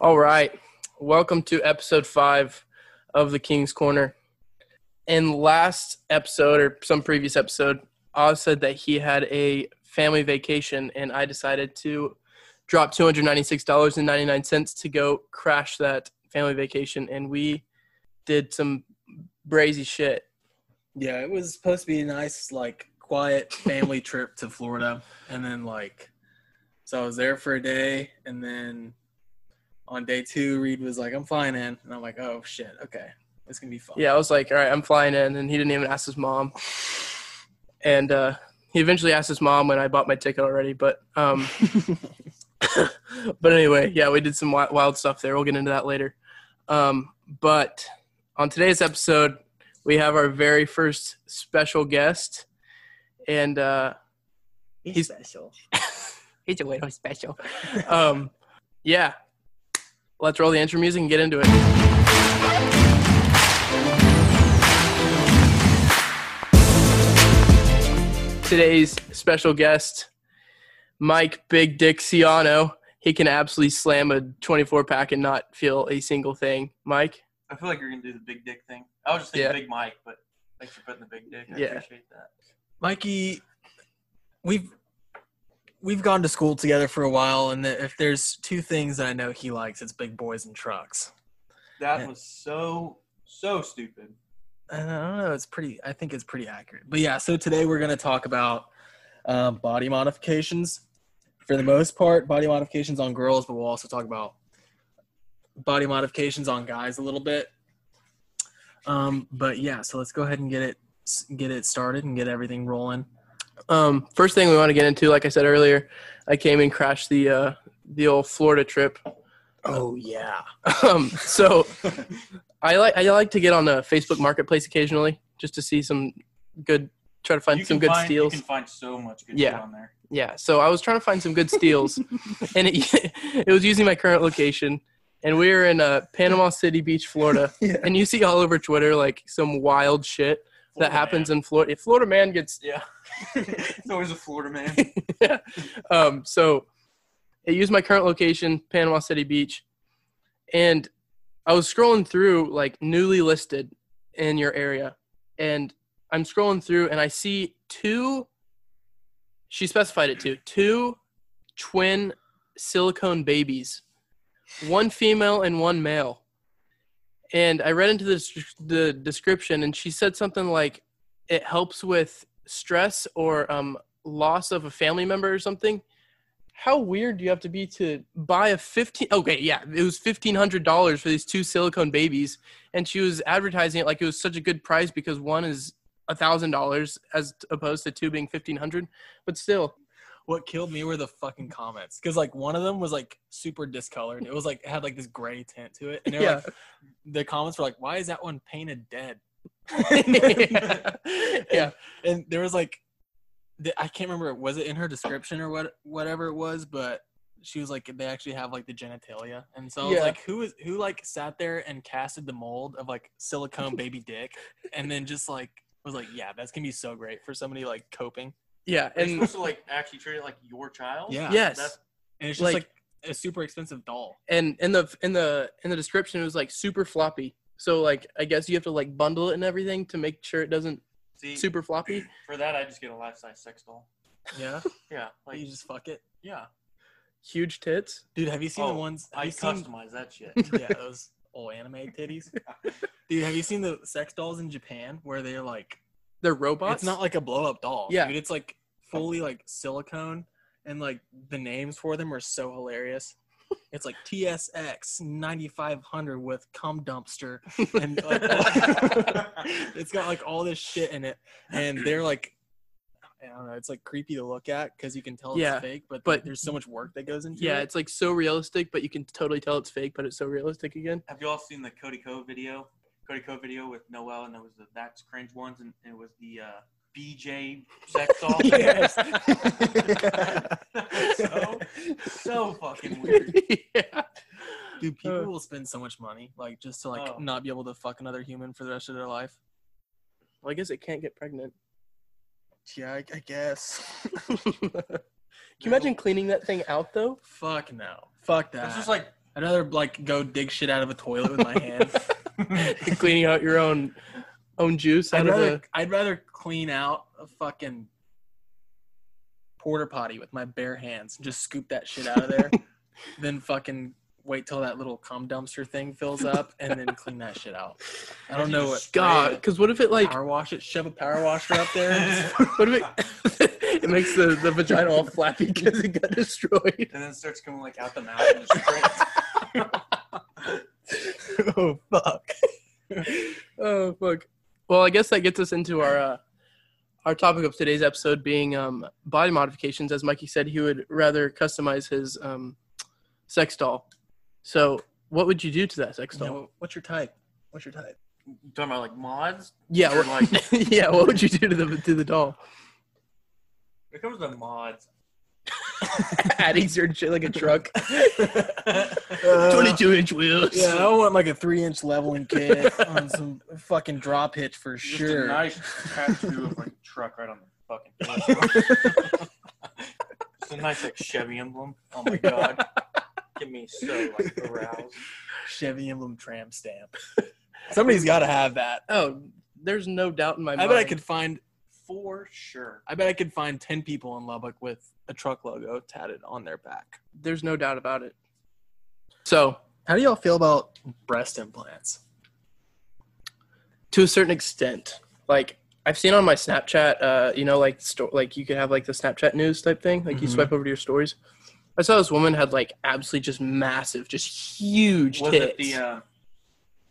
All right. Welcome to episode five of the King's Corner. In last episode or some previous episode, Oz said that he had a family vacation, and I decided to drop $296.99 to go crash that family vacation, and we did some brazy shit. Yeah, it was supposed to be a nice, like, quiet family trip to Florida. And then, like, so I was there for a day. And then on day two, Reed was like, I'm flying in. And I'm like, oh, shit. Okay. It's going to be fun. Yeah, I was like, all right, I'm flying in, and he didn't even ask his mom. And uh, he eventually asked his mom when I bought my ticket already. But um, but anyway, yeah, we did some wi- wild stuff there. We'll get into that later. Um, but on today's episode, we have our very first special guest, and uh, He's- special. he's a little special. um, yeah, let's roll the intro music and get into it. Today's special guest, Mike Big Dick Ciano. He can absolutely slam a 24 pack and not feel a single thing. Mike, I feel like you're gonna do the big dick thing. I was just thinking Yeah. big Mike, but thanks for putting the big dick. I Yeah. appreciate that. Mikey, we've we've gone to school together for a while, and if there's two things that I know he likes, it's big boys and trucks. That Yeah. was so so stupid. And I don't know, it's pretty. I think it's pretty accurate. But yeah, so today we're gonna talk about um, body modifications. For the most part, body modifications on girls, but we'll also talk about body modifications on guys a little bit. Um, but yeah, so let's go ahead and get it get it started and get everything rolling. Um, first thing we want to get into, like I said earlier, I came and crashed the uh, the old Florida trip. Oh yeah. Um, so I like I like to get on a Facebook Marketplace occasionally just to see some good, try to find you some can good find, steals. You can find so much good Yeah. shit on there. Yeah, so I was trying to find some good steals, and it, it was using my current location, and we were in uh, Panama City Beach, Florida, Yeah. and you see all over Twitter like some wild shit that Florida happens man. in Florida. If Florida man gets Yeah. it's always a Florida man. um, so I used my current location, Panama City Beach, and I was scrolling through like newly listed in your area, and I'm scrolling through and I see two. She specified it to two twin silicone babies, one female and one male. And I read into this, the description, and she said something like, "It helps with stress or um, loss of a family member or something how weird do you have to be to buy a 15 okay yeah it was $1500 for these two silicone babies and she was advertising it like it was such a good price because one is $1000 as opposed to two being 1500 but still what killed me were the fucking comments because like one of them was like super discolored it was like it had like this gray tint to it and they were, Yeah. like, the comments were like why is that one painted dead yeah. yeah and there was like th- i can't remember was it in her description or what whatever it was but she was like they actually have like the genitalia and so I was Yeah. like who is who like sat there and casted the mold of like silicone baby dick and then just like was like yeah that's gonna be so great for somebody like coping You're and supposed to like actually treat it like your child. Yeah. yes That's- and it's just Like- like a super expensive doll and in the in the in the description it was like super floppy so like i guess you have to like bundle it and everything to make sure it doesn't See, super floppy for that I just get a life size sex doll. yeah Yeah. Like, Like you just fuck it. yeah. huge tits Dude, have you seen Oh, the ones? Have I you seen, customize that shit. yeah, those old anime titties. Dude, have you seen the sex dolls in Japan where they're like, they're robots it's not like a blow up doll. Yeah. Dude, it's like fully like silicone and like the names for them are so hilarious. It's like TSX 9500 with cum dumpster. And like, it's got like all this shit in it. And they're like, I don't know. It's like creepy to look at because you can tell it's Yeah, fake, but, but- there's so much work that goes into Yeah, it. it's like so realistic, but you can totally tell it's fake, but it's so realistic again. Have you all seen the Cody Co video? Cody Co video with Noel, and there was the That's Cringe ones, and, and it was the uh, BJ sex doll. Yes. so, so fucking weird. yeah. Dude, people Uh, will spend so much money, like just to like Oh. not be able to fuck another human for the rest of their life. Well, I guess it can't get pregnant. Yeah, I, I guess. can you imagine cleaning that thing out though? fuck no. Fuck that. It's just like I'd rather like go dig shit out of a toilet with my hands. Cleaning out your own own juice out I'd of rather the I'd rather clean out a fucking porta potty with my bare hands and just scoop that shit out of there, than fucking wait till that little cum dumpster thing fills up and then clean that shit out. I don't know what God. Because what if it like power wash it, shove a power washer up there. and just- what if it it makes the, the vagina all flappy because it got destroyed? And then it starts coming like out the mouth and just straight. oh fuck. oh fuck. Well, I guess that gets us into our uh, our topic of today's episode being um, body modifications. As Mikey said, he would rather customize his um, sex doll. So, what would you do to that sex You doll? know, what's your type? What's your type? You talking about like mods? Yeah, Or, what, yeah. What would you do to the to the doll? When it comes to mods. Adding your shit like a truck. Uh, Twenty-two inch wheels. Yeah, I want like a three inch leveling kit on some fucking drop hitch for Just a sure. nice tattoo of like a truck right on the fucking torso. It's a nice like Chevy emblem. Oh my god. Get me so like aroused. Chevy emblem tram stamp. Somebody's got to have that. Oh, there's no doubt in my I mind. bet I could find. For sure. I bet I could find ten people in Lubbock with a truck logo tatted on their back. There's no doubt about it. So, How do y'all feel about breast implants? to a certain extent, like I've seen on my Snapchat, uh, you know, like sto- like you could have like the Snapchat news type thing. Like you Mhm. swipe over to your stories. I saw this woman had like absolutely just massive, just huge Was tits. it the uh,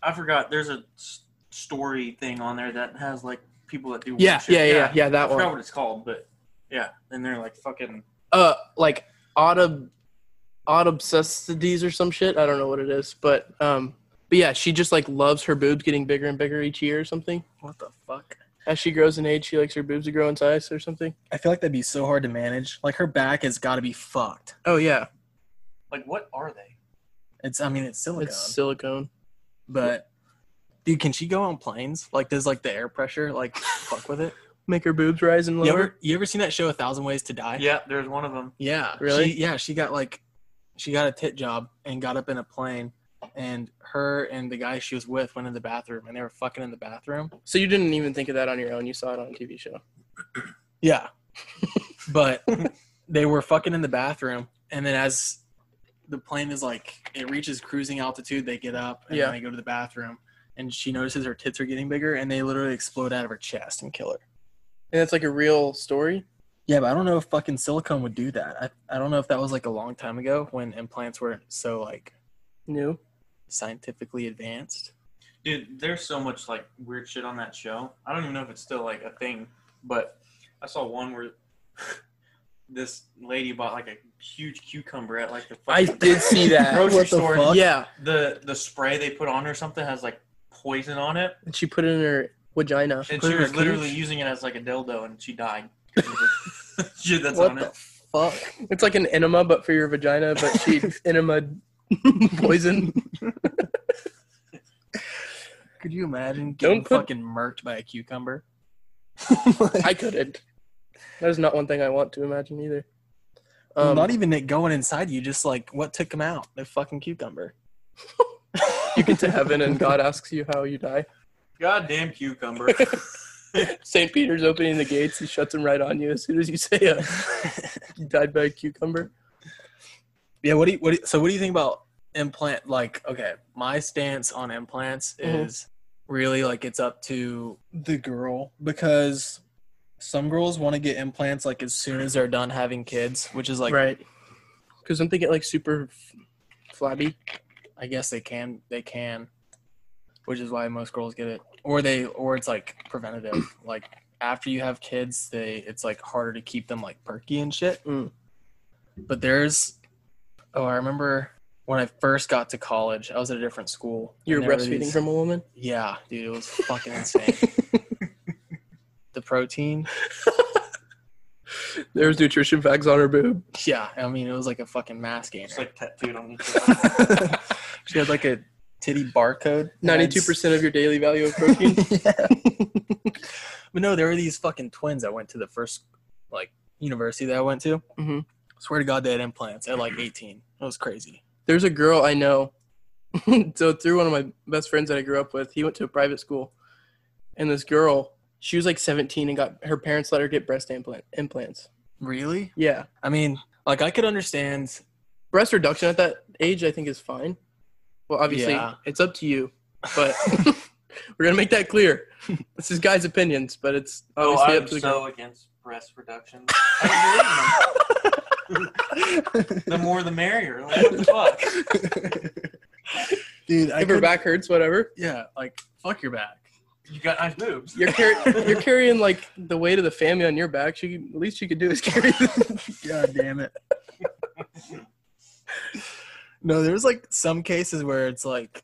I forgot there's a s- story thing on there that has like people that do weird yeah, shit. yeah, yeah, yeah, I that forgot one. what it's called, but yeah, and they're like fucking Uh, like autumn, autumn subsidies or some shit. I don't know what it is, but um, but yeah, she just like loves her boobs getting bigger and bigger each year or something. What the fuck? As she grows in age, she likes her boobs to grow in size or something. I feel like that'd be so hard to manage. Like her back has got to be fucked. Oh yeah, like what are they? It's. I mean, it's silicone. it's silicone. but dude, can she go on planes? Like, does like the air pressure like fuck with it? Make her boobs rise and You lower. ever you ever seen that show A Thousand Ways to Die? Yeah, there's one of them. Yeah. Really? She, yeah, she got like she got a tit job and got up in a plane and her and the guy she was with went in the bathroom and they were fucking in the bathroom. So you didn't even think of that on your own. You saw it on a TV show. Yeah. but they were fucking in the bathroom and then as the plane is like it reaches cruising altitude, they get up and Yeah. then they go to the bathroom and she notices her tits are getting bigger and they literally explode out of her chest and kill her. And it's like a real story. Yeah, but I don't know if fucking silicone would do that. I, I don't know if that was like a long time ago when implants weren't so like New. scientifically advanced. Dude, there's so much like weird shit on that show. I don't even know if it's still like a thing, but I saw one where this lady bought like a huge cucumber at like the I fucking did see that. grocery What the store. fuck? Yeah. The the spray they put on her something has like poison on it, And she put it in her vagina. and put she it in was her literally cooch? using it as like a dildo, and she died. 'cause of the shit that's what on the it. fuck? It's like an enema, but for your vagina. But she enema poison. Could you imagine getting put- fucking murked by a cucumber? I couldn't. That is not one thing I want to imagine either. Um, Not even it going inside you, just like what took him out? The fucking cucumber. you get to heaven and God asks you how you die. Goddamn cucumber. St. Peter's opening the gates. He shuts them right on you as soon as you say uh, you died by a cucumber. Yeah. What do you? What do you, so? What do you think about implant? Like, okay, my stance on implants Mhm. is really like it's up to the girl because some girls want to get implants like as soon as they're done having kids, which is like right. Because don't they get like super f- flabby? I guess they can. They can, which is why most girls get it, or they, or it's like preventative. like after you have kids, they it's like harder to keep them like perky and shit. Mm. But there's, oh, I remember when I first got to college, I was at a different school. You're and there were breastfeeding these- from a woman? Yeah, dude, it was fucking insane. the protein. There's nutrition facts on her boob. Yeah, I mean it was like a fucking mass gainer. It's like tattooed on me. she had like a titty barcode. and I'd Ninety-two percent of your daily value of protein. yeah. but no, there were these fucking twins that went to the first like university that I went to. Mhm. Swear to God, they had implants at like 18. It was crazy. There's a girl I know. so through one of my best friends that I grew up with, he went to a private school, and this girl, she was like 17 and got her parents let her get breast implant implants. Really? Yeah, I mean, like I could understand. breast reduction at that age, I think, is fine. Well, obviously, Yeah. it's up to you, but we're gonna make that clear. This is guys' opinions, but it's Oh, obviously I'm up to the so against breast reduction. I don't believe in them. the more the merrier. Like, what the fuck? Dude, I If her could, back hurts, whatever. Yeah, like fuck your back. You got nice boobs. You're, car- you're carrying like the weight of the family on your back. She at least you could do is carry. God damn it. no, there's like some cases where it's like,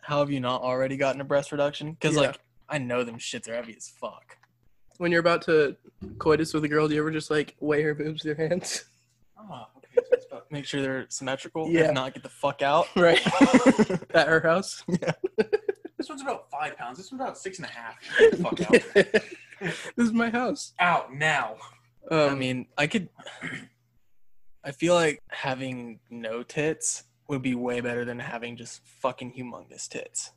how have you not already gotten a breast reduction? Because Yeah. like I know them shits are heavy as fuck. when you're about to coitus with a girl, do you ever just like weigh her boobs with your hands? Oh, okay. So it's about- Make sure they're symmetrical. Yeah. If not, get the fuck out. Right. At her house. this one's about five pounds. This one's about six and a half. Get the fuck out. this is my house. out now. Um, I mean, I could. I feel like having no tits would be way better than having just fucking humongous tits.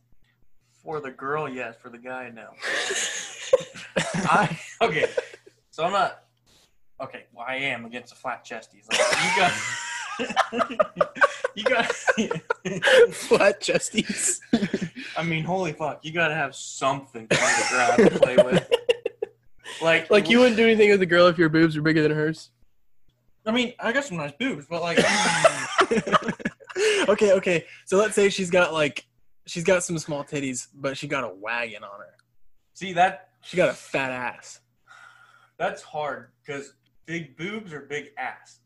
For the girl, yes. For the guy, no. I okay. So I'm not. Okay, well I am against the flat chesties. Like, you got. you got. flat chesties. I mean, holy fuck! You gotta have something to grab to play with. Like, Like you wouldn't do anything with a girl if your boobs were bigger than hers. I mean, I got some nice boobs, but like, okay, okay. So let's say she's got like she's got some small titties, but she got a wagon on her. see that She got a fat ass. that's hard because big boobs or big ass.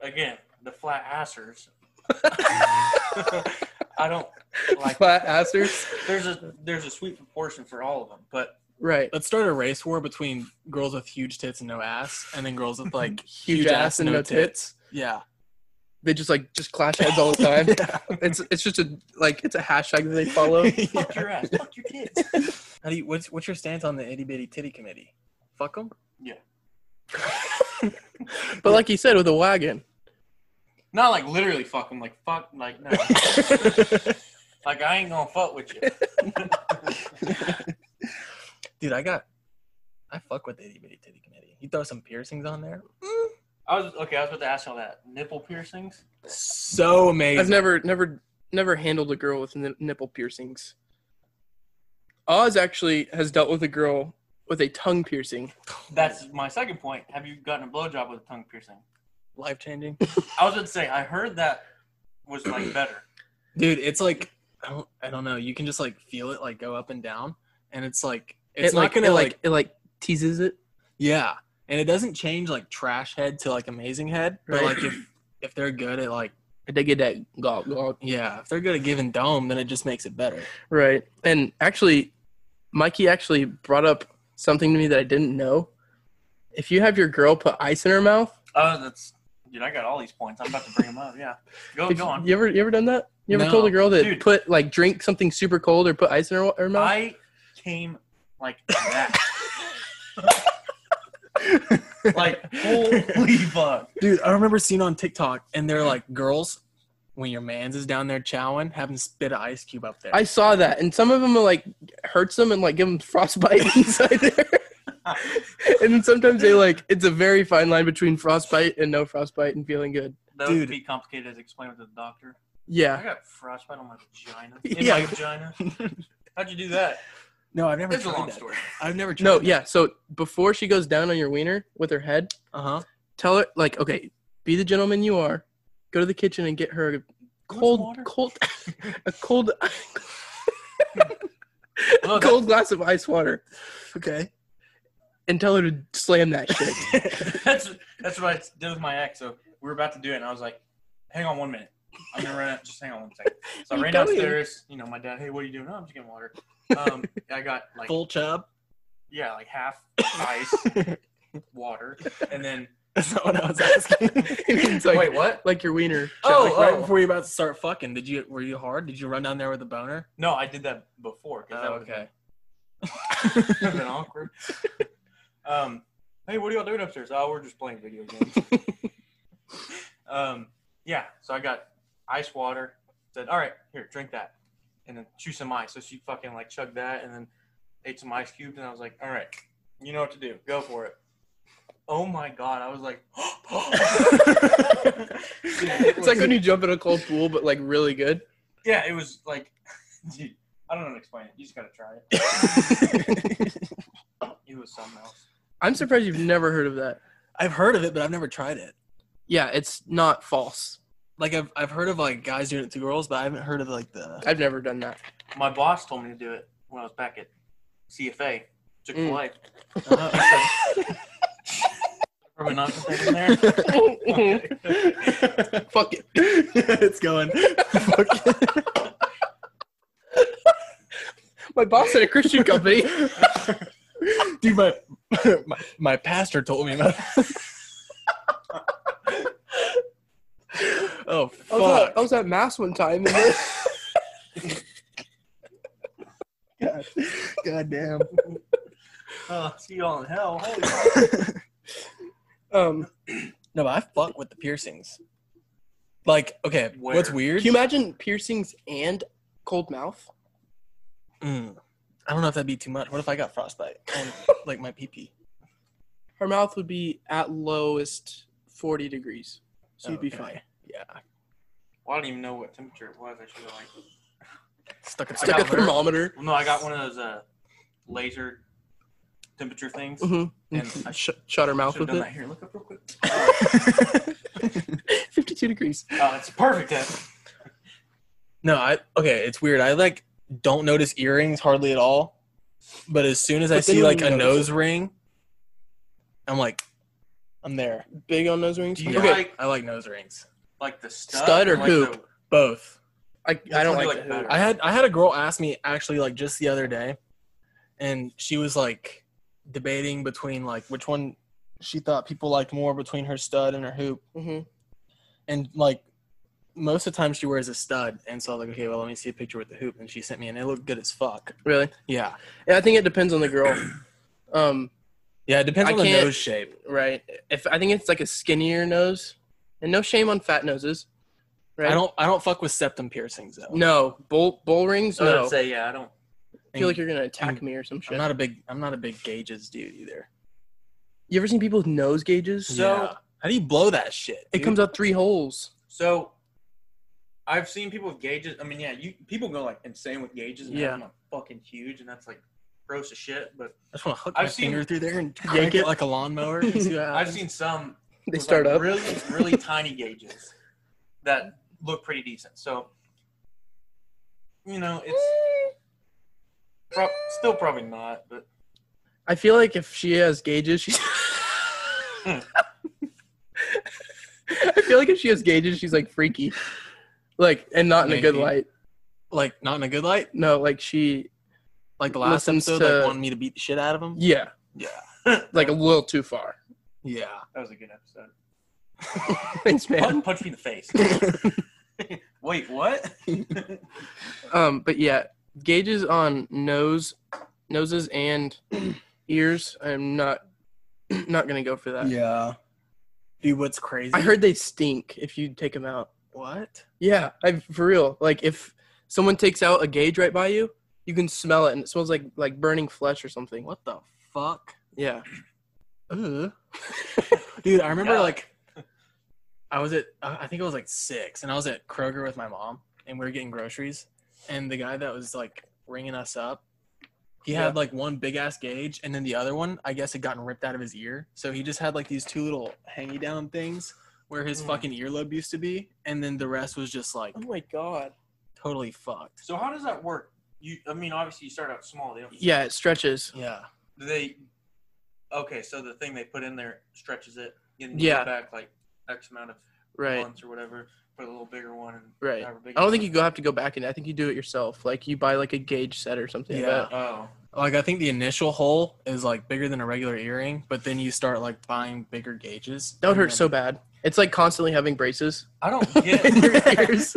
Again, the flat assers. I don't like. Flat assers. There's a there's a sweet proportion for all of them, but Right. Let's start a race war between girls with huge tits and no ass, and then girls with like Huge, ass and no tits. Yeah. They just like just clash heads all the time. Oh, Yeah. It's it's just a like it's a hashtag that they follow. fuck your ass, fuck your tits. How do you? What's what's your stance on the itty bitty titty committee? Fuck them. But like you said, with a wagon. Not like literally fuck them, like fuck, like no, like I ain't gonna fuck with you. Dude, I got. I fuck with the itty bitty titty committee. You throw some piercings on there. I was okay. I was about to ask y'all that nipple piercings. So amazing. I've never never never handled a girl with n- nipple piercings. Oz actually has dealt with a girl with a tongue piercing. That's my second point. Have you gotten a blowjob with a tongue piercing? life changing. I was going to say I heard that was like better. dude it's like i don't i don't know you can just like feel it like go up and down and it's like It, it's not like, gonna it, like, it like teases it. yeah and it doesn't change like trash head to like amazing head but Right. like if if they're good at like I did get that gawk gawk. yeah if they're good at giving dome then it just makes it better Right. And actually, Mikey actually brought up something to me that I didn't know. If you have your girl put ice in her mouth, Oh, that's dude. I got all these points. I'm about to bring them up. Yeah, go if- Oh, go on. you ever you ever done that? You ever No. told a girl that Dude. put like drink something super cold or put ice in her, her mouth? I came like that. like holy fuck. dude i remember seeing on tiktok and they're like girls when your man's is down there chowing have him spit an ice cube up there I saw that, and some of them are like hurts them and like give them frostbite inside there. and then sometimes they like it's a very fine line between frostbite and no frostbite and feeling good. That Dude. would be complicated to explain to the doctor. I Yeah, got frostbite on my vagina. In Yeah. my vagina. How'd you do that? no i've never It's a tried long that story. i've never tried no, that. yeah. So before she goes down on your wiener with her head, uh-huh tell her like, okay, be the gentleman you are. Go to the kitchen and get her a cold, water? cold, a cold, Look, cold glass of ice water, okay and tell her to slam that shit. that's that's what I did with my ex. So we were about to do it, and I was like, "Hang on one minute, I'm gonna run out. Just hang on one second. So I You ran go in. downstairs. You know, my dad, "Hey, what are you doing? Oh, I'm just getting water." Um, I got like full chub yeah, like half ice water, and then that's not what i was asking it's like, wait, what? like your wiener. Oh, Like, right oh. before you're about to start fucking, did you were you hard? Did you run down there with a boner? No, I did that before. 'cause Oh, that would've been, been awkward. Um, hey, what are y'all doing upstairs? Oh, we're just playing video games. um, yeah, so I got ice water. Said, all right, here, drink that, and then chew some ice. So she fucking like chugged that, and then ate some ice cubes, and I was like, all right, you know what to do, go for it. Oh my god, I was like, it's like when you jump in a cold pool, but like really good. yeah, it was like, dude, I don't know how to explain it. You just gotta try it. It was something else. I'm surprised you've never heard of that. I've heard of it, but I've never tried it. Yeah, it's not false. Like I've I've heard of like guys doing it to girls, but I haven't heard of like the I've never done that. My boss told me to do it when I was back at CFA, Chick Mm. Fil A. uh-huh. Probably not gonna take it in there. Fuck it. it's going. Fuck it. My boss at a Christian company. Dude, my, my my pastor told me about. I oh was, at, fuck! I was at mass one time. And God, God damn. Oh, see y'all in hell. Holy um, No, but I fuck with the piercings. Like, okay, what's Where? weird? can you imagine piercings and cold mouth? Mm. I don't know if that'd be too much. What if I got frostbite on like my pee pee? Her mouth would be at lowest 40 degrees, so you'd be Oh, Okay. fine. Yeah, Well, I don't even know what temperature it was. I should have like. stuck at It's like a got one. thermometer. Well, no, I got one of those uh, laser temperature things. Mm-hmm. And I Sh- shut her mouth Should've with done it. that here. Look up real quick. Oh, thermometer. 52 degrees. oh, it's perfect. Then. no, I okay. It's weird. I like don't notice earrings hardly at all, but as soon as I But then see you like a notice nose ring, I'm like, I'm there. Big on nose rings. Do you okay, like I like nose rings. like the stud, Stud or like hoop? the- Both. I, I don't one do like, you like the hoop. better? I had I had a girl ask me actually like just the other day, and she was like debating between like which one she thought people liked more between her stud and her hoop, Mhm. and like most of the time she wears a stud, and so I was like, okay, well let me see a picture with the hoop, and she sent me, and it looked good as fuck. Really? Yeah, Yeah, I think it depends on the girl. Um, yeah, it depends I on the can't- nose shape. right. If I think it's like a skinnier nose, and no shame on fat noses. Right. I don't I don't fuck with septum piercings though. No bull bull rings. I was gonna No. say yeah. I don't. I feel like you're gonna attack I'm- me or some shit. I'm not a big I'm not a big gauges dude either. you ever seen people with nose gauges? So- Yeah. how do you blow that shit? It dude? comes out three holes. So I've seen people with gauges. I mean, yeah, you people go like insane with gauges. And Yeah. yeah, like, fucking huge, and that's like gross as shit. But I just want to hook I've my seen- finger through there and Yank yank it. it like a lawnmower. and see what I've happens. seen some Uh, They with, start like, up. really really tiny gauges that look pretty decent. So you know, it's prob still probably not, but I feel like if she has gauges, she's. I feel like if she has gauges, she's like freaky, like and not in a good Maybe. light. like not in a good light. No, like she, Like the last Listens episode, to- like wanted me to beat the shit out of him. yeah, Yeah, like a little too far. yeah. that was a good episode. Thanks, man. Punch, punch me in the face. Wait, what? Um, but yeah, gauges on nose, noses and ears. I'm not, not gonna go for that. Yeah. Dude, what's crazy? I heard they stink if you take them out. what? Yeah, I for real. Like if someone takes out a gauge right by you, you can smell it, and it smells like like burning flesh or something. What the fuck? Yeah. Ugh. Uh-huh. Dude, I remember Yeah. like I was at uh, I I think it was like six, and I was at Kroger with my mom, and we were getting groceries, and the guy that was like ringing us up. He Yeah. had like one big ass gauge, and then the other one, I guess, had gotten ripped out of his ear. So he just had like these two little hangy down things where his Hmm. Mm. fucking earlobe used to be, and then the rest was just like Oh my god. totally fucked. So how does that work? You, I mean, obviously you start out small. They don't. Yeah, it stretches. Yeah, Do they? Okay, so the thing they put in there stretches it. And you Yeah. Get back like X amount of Right. months or whatever. Put a little bigger one. And Right. however big I don't it think you go have to go back in. I think you do it yourself. Like you buy like a gauge set or something. Yeah. but- is. Oh. like I think the initial hole is like bigger than a regular earring, but then you start like buying bigger gauges. That would and hurt then- so bad. It's like constantly having braces. I don't In your get. ears.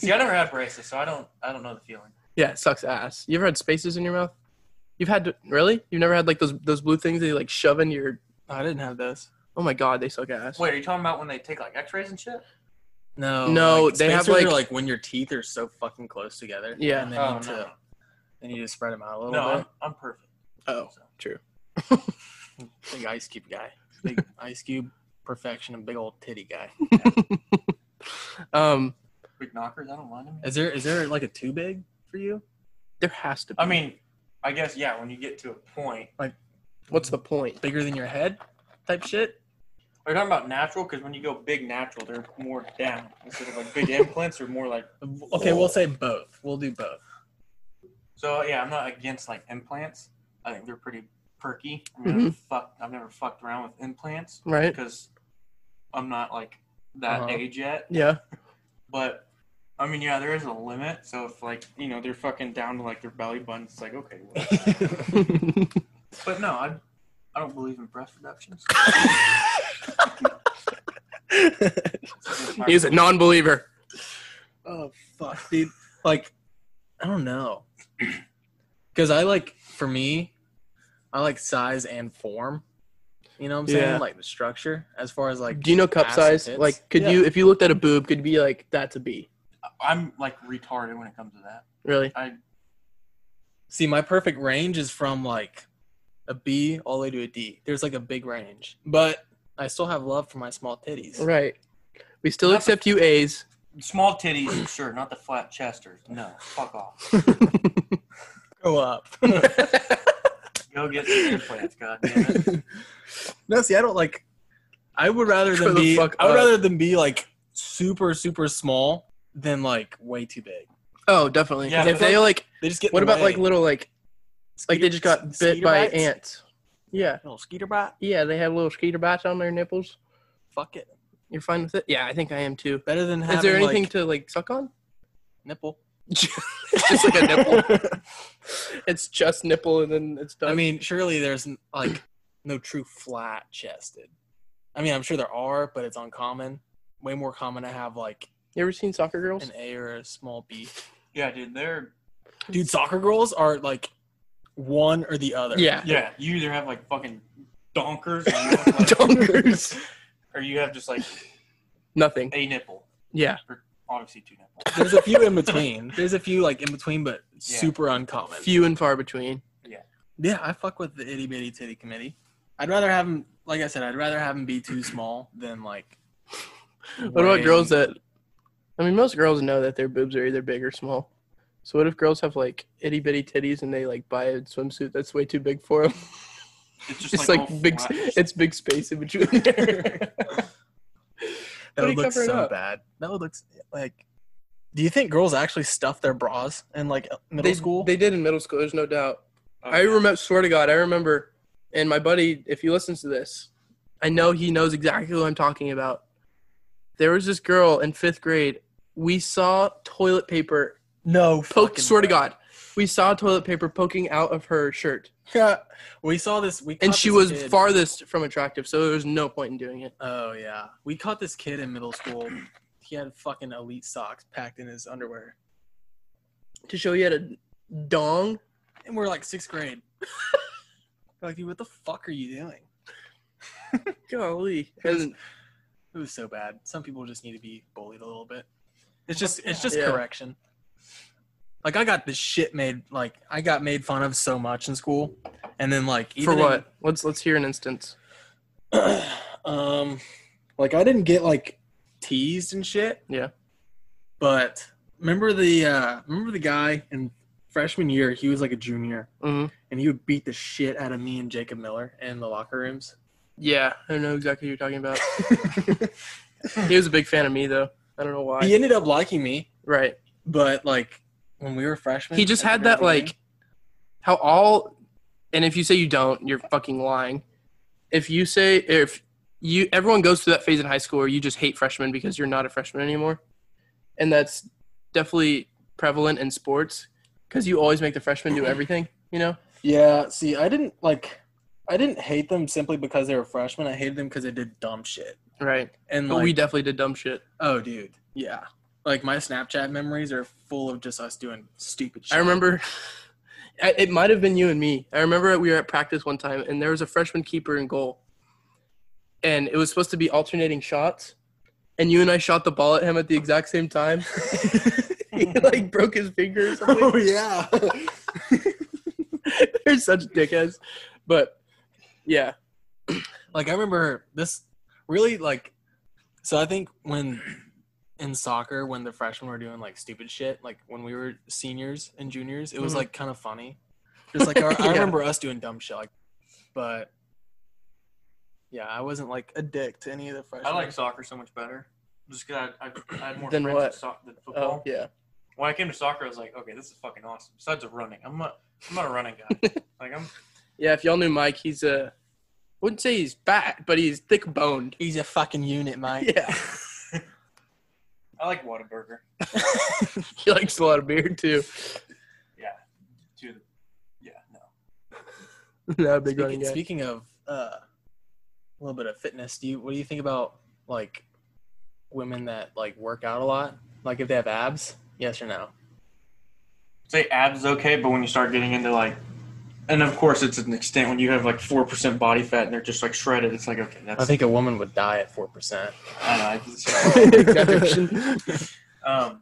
See, I never had braces, so I don't. I don't know the feeling. yeah, it sucks ass. You ever had spaces in your mouth? You've had to, really? You've never had like those those blue things that you like shove into your. I didn't have those. Oh my god, they suck ass. Wait, are you talking about when they take like X-rays and shit? No, No, like, they have, spacers are, like- like when your teeth are so fucking close together. Yeah. and they Oh, need no. to they need to spread them out a little No, I'm, bit. I'm perfect. Oh, So, true. Big ice cube guy, big ice cube perfection, and big old titty guy. Um, big knockers, I don't mind them. Is there is there like a too big for you? there has to be. I mean, I guess yeah. When you get to a point, what's the point? Bigger than your head, type shit. are you talking about natural? Because when you go big natural, they're more down instead of like big implants are more like. Okay, we'll say both. We'll do both. So yeah, I'm not against like implants. I think they're pretty perky. I mean, Mm-hmm. I've, fucked, I've never fucked around with implants Right? because I'm not like that Uh-huh. age yet. Yeah. But I mean, yeah, there is a limit. So if like you know they're fucking down to like their belly button, it's like okay. Well. but no, I I don't believe in breast reductions. He's a non-believer. Oh fuck, dude. Like, I don't know. Cause I like for me, I like size and form. You know what I'm saying? Yeah. Like the structure as far as like Do you know cup ass and size? tits. Like, could Yeah. you, if you looked at a boob, could you be like, that's a B? I'm like retarded when it comes to that. Really? I see my perfect range is from like a B all the way to a D. There's like a big range. But I still have love for my small titties. Right. We still Not the- accept you A's. small titties, sure, not the flat chesters. No, fuck off. Grow up. Go get some implants, God damn it. no, see I don't like I would rather Grow than the be fuck I would up. rather than be like super, super small than like way too big. oh, definitely. Yeah, if but- they like, They just get. in what the about way. like little like, like they just got Skeeter- bit by skeeter bites? ants? Yeah. Little skeeter bite. Yeah, they have little skeeter bites on their nipples. Fuck it. You're fine with it? Yeah, I think I am too. Better than having Is there anything like, to like suck on? nipple? It's just like a nipple. it's just nipple and then it's done. I mean, surely there's n- like no true flat chested. I mean, I'm sure there are, but it's uncommon. Way more common to have like you ever seen soccer girls? an A or a small B. Yeah, dude, they're Dude, soccer girls are like one or the other. Yeah. yeah. You either have like fucking donkers, or you, have, like- Donkers. or you have just like Nothing. a nipple, Yeah. obviously two nipples. There's a few in between. There's a few like in between, but super uncommon. Few and far between. Yeah, I fuck with the itty bitty titty committee. I'd rather have them, like I said, I'd rather have them be too small than like. What about girls that? I mean, most girls know that their boobs are either big or small. So what if girls have like itty bitty titties and they like buy a swimsuit that's way too big for them? It's just It's like, like all big. flat. It's big space in between. there. What That would do you look cover it so up? bad. That would look s- like. Do you think girls actually stuff their bras in like middle they, school? They did in middle school. There's no doubt. Oh, I yeah. remember, swear to God, I remember, and my buddy, if he listens to this, I know he knows exactly who I'm talking about. There was this girl in fifth grade. We saw toilet paper no, poke. fucking Swear to way. God, we saw toilet paper poking out of her shirt, we saw this. We and caught she this was kid- farthest from attractive. So there was no point in doing it. Oh yeah, we caught this kid in middle school. He had fucking elite socks packed in his underwear, To show you had a dong, and we're like sixth grade. like, dude, what the fuck are you doing? golly, and It was so bad. Some people just need to be bullied a little bit. It's just it's just Yeah. correction. Like I got this shit made like I got made fun of so much in school. And then like for even what? Let's let's hear an instance. in- um like I didn't get like teased and shit. Yeah. But remember the uh remember the guy in freshman year, he was like a junior hmm and he would beat the shit out of me and Jacob Miller in the locker rooms. Yeah, I know exactly who you're talking about. he was a big fan of me though. I don't know why. He ended up liking me, Right. but like when we were freshmen he just at the had that very like how all and if you say you don't you're fucking lying if you say if you everyone goes through that phase in high school where you just hate freshmen because you're not a freshman anymore and that's definitely prevalent in sports because you always make the freshmen do everything you know Yeah, see, I didn't like, I didn't hate them simply because they were freshmen. I hated them because they did dumb shit. right And but like, we definitely did dumb shit oh, dude, yeah. Like my Snapchat memories are full of just us doing stupid shit. I remember I- it might have been you and me. I remember we were at practice one time and there was a freshman keeper in goal. And it was supposed to be alternating shots. and you and I shot the ball at him at the exact same time. he like broke his finger or something. Oh, yeah. They're such dickheads. But yeah. like I remember this really like so I think when in soccer when the freshmen were doing like stupid shit, like when we were seniors and juniors, it was Mhm. like kind of funny. Just like I, I Yeah. remember us doing dumb shit like but yeah, I wasn't like a dick to any of the freshmen. I like soccer so much better. Just because I, I, I had more Then friends what? in soc- than Oh football. yeah. When I came to soccer, I was like, okay, this is fucking awesome. Besides the running, I'm not, I'm not a running guy. like I'm, Yeah, if y'all knew Mike, he's a wouldn't say he's fat, but he's thick boned. He's a fucking unit, mate. Yeah. I like Whataburger. He likes a lot of beer too. Yeah, to the, yeah, no. Not a big running Speaking, guy. speaking of uh, a little bit of fitness, do you what do you think about like women that like work out a lot? Like if they have abs? Yes or no? Say abs is okay, but when you start getting into like, and of course it's an extent when you have like four percent body fat and they're just like shredded. It's like okay, that's I think a woman would die at four percent. I don't know, I just- Exaggeration. Um,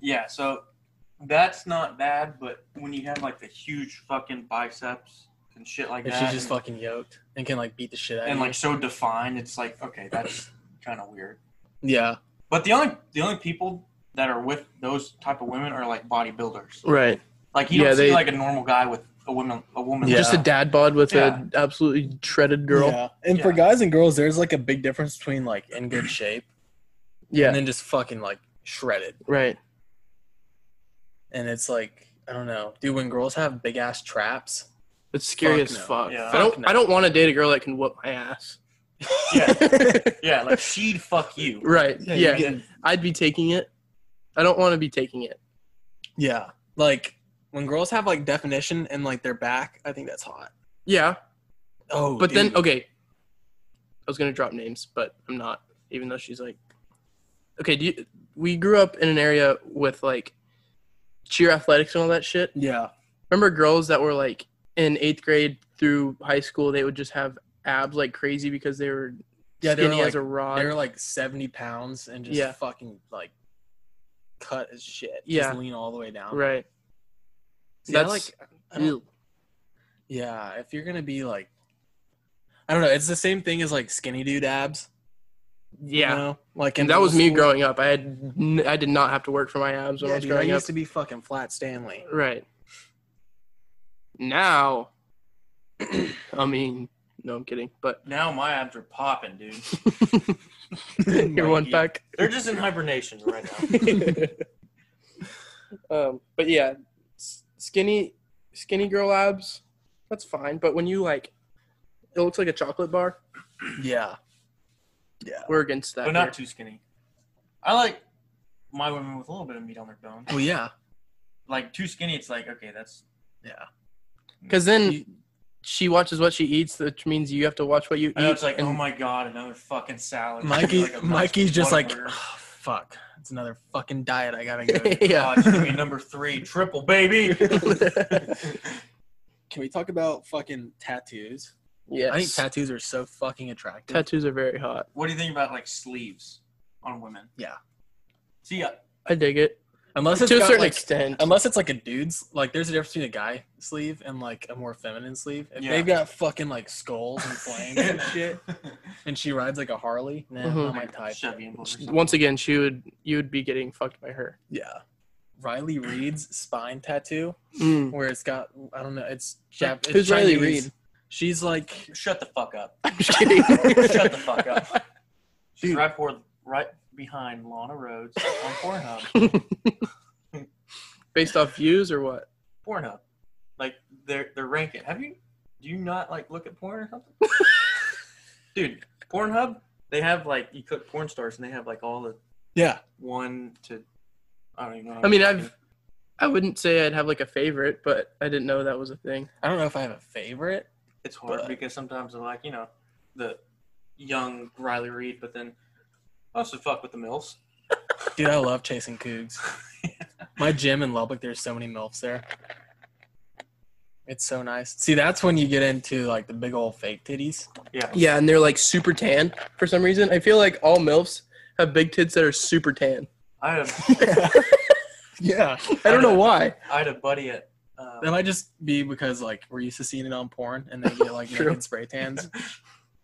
yeah, so that's not bad, but when you have like the huge fucking biceps and shit like If that, she's just and, fucking yoked and can like beat the shit out and of like so defined, it's like okay, that's kind of weird. you. Yeah. But the only the only people that are with those type of women are like bodybuilders. right. Like you Yeah, don't they- see like a normal guy with a woman a woman. Yeah. Just a dad bod with Yeah. an absolutely shredded girl. Yeah. Yeah. And for Yeah. guys and girls, there's like a big difference between like in good shape and then just fucking like shredded. right. And it's like I don't know, dude. When girls have big ass traps, It's scary Fuck as no. fuck. Yeah. I don't Fuck no. I don't want to date a girl that can whoop my ass. yeah, yeah, like she'd fuck you. Right. Yeah, Yeah. you get- I'd be taking it. I don't want to be taking it. Yeah. Like when girls have like definition and like their back, I think that's hot. Yeah. Oh, But then okay. I was gonna drop names, but I'm not, even though she's like Okay, do you, we grew up in an area with like cheer athletics and all that shit. yeah, Remember girls that were like in eighth grade through high school, they would just have abs like crazy because they were Yeah, they were skinny like- as a rod. they're like seventy pounds and just Yeah. fucking like cut as shit. Yeah. just lean all the way down. right. See, I That's- like. I don't- Ew. yeah, if you're gonna be like, I don't know, it's the same thing as like skinny dude abs. Yeah. you know? like in And that was middle me school- growing up. I had n- I did not have to work for my abs when I Yeah, was dude, I growing up. used to be fucking flat Stanley. right. Now, I mean, no, I'm kidding. But Now my abs are popping, dude. your one pack. They're just in hibernation right now. um, but yeah, s- skinny, skinny girl abs. That's fine. But when you like, it looks like a chocolate bar. Yeah, yeah. We're against that. but not here. too skinny. I like my women with a little bit of meat on their bone. Well, yeah, Like too skinny, it's like okay, that's yeah. Because then You- she watches what she eats, which means you have to watch what you eat. I know it's like and- oh my god, another fucking salad. Mikey, Like a nice Mikey's just like, Whataburger. "Oh, fuck, it's another fucking diet I gotta go. to." yeah. God, give me number three, triple baby. Can we talk about fucking tattoos? Yes. I think tattoos are so fucking attractive. tattoos are very hot. what do you think about like sleeves on women? Yeah. See, I, I dig it unless to it's a got, certain like, extent. unless it's like a dude's, like there's a difference between a guy sleeve and like a more feminine sleeve. If Yeah. they've got fucking like skulls and flames and shit, and she rides like a Harley, nah, Mhm. not my like type. Chevy and Once again, she would you would be getting fucked by her. Yeah. Riley Reed's spine tattoo, Mm, where it's got I don't know, it's, Jap- it's Who's Riley Chinese. Reid? She's like, Shut the fuck up. I'm just kidding. Shut the fuck up. She's Dude. right, for, right behind Lana Rhodes on Pornhub. Based off views or what? Pornhub. Like they're they're ranking. Have you do you not like look at porn or something? Dude, Pornhub, they have like you click porn stars and they have like all the yeah, one to I don't even know. I mean, I've I wouldn't say I'd have like a favorite, but I didn't know that was a thing. I don't know if I have a favorite. it's hard but- because sometimes they're like, you know, the young Riley Reed, but then I also fuck with the Mills. Dude, I love chasing cougs. My gym in Lubbock, there's so many milfs there. It's so nice. See, that's when you get into like the big old fake titties. Yeah. Yeah, and they're like super tan for some reason. I feel like all milfs have big tits that are super tan. I had a, yeah. yeah. I don't know why. I had a buddy at. Um, That might just be because like we're used to seeing it on porn and they get like True. naked spray tans.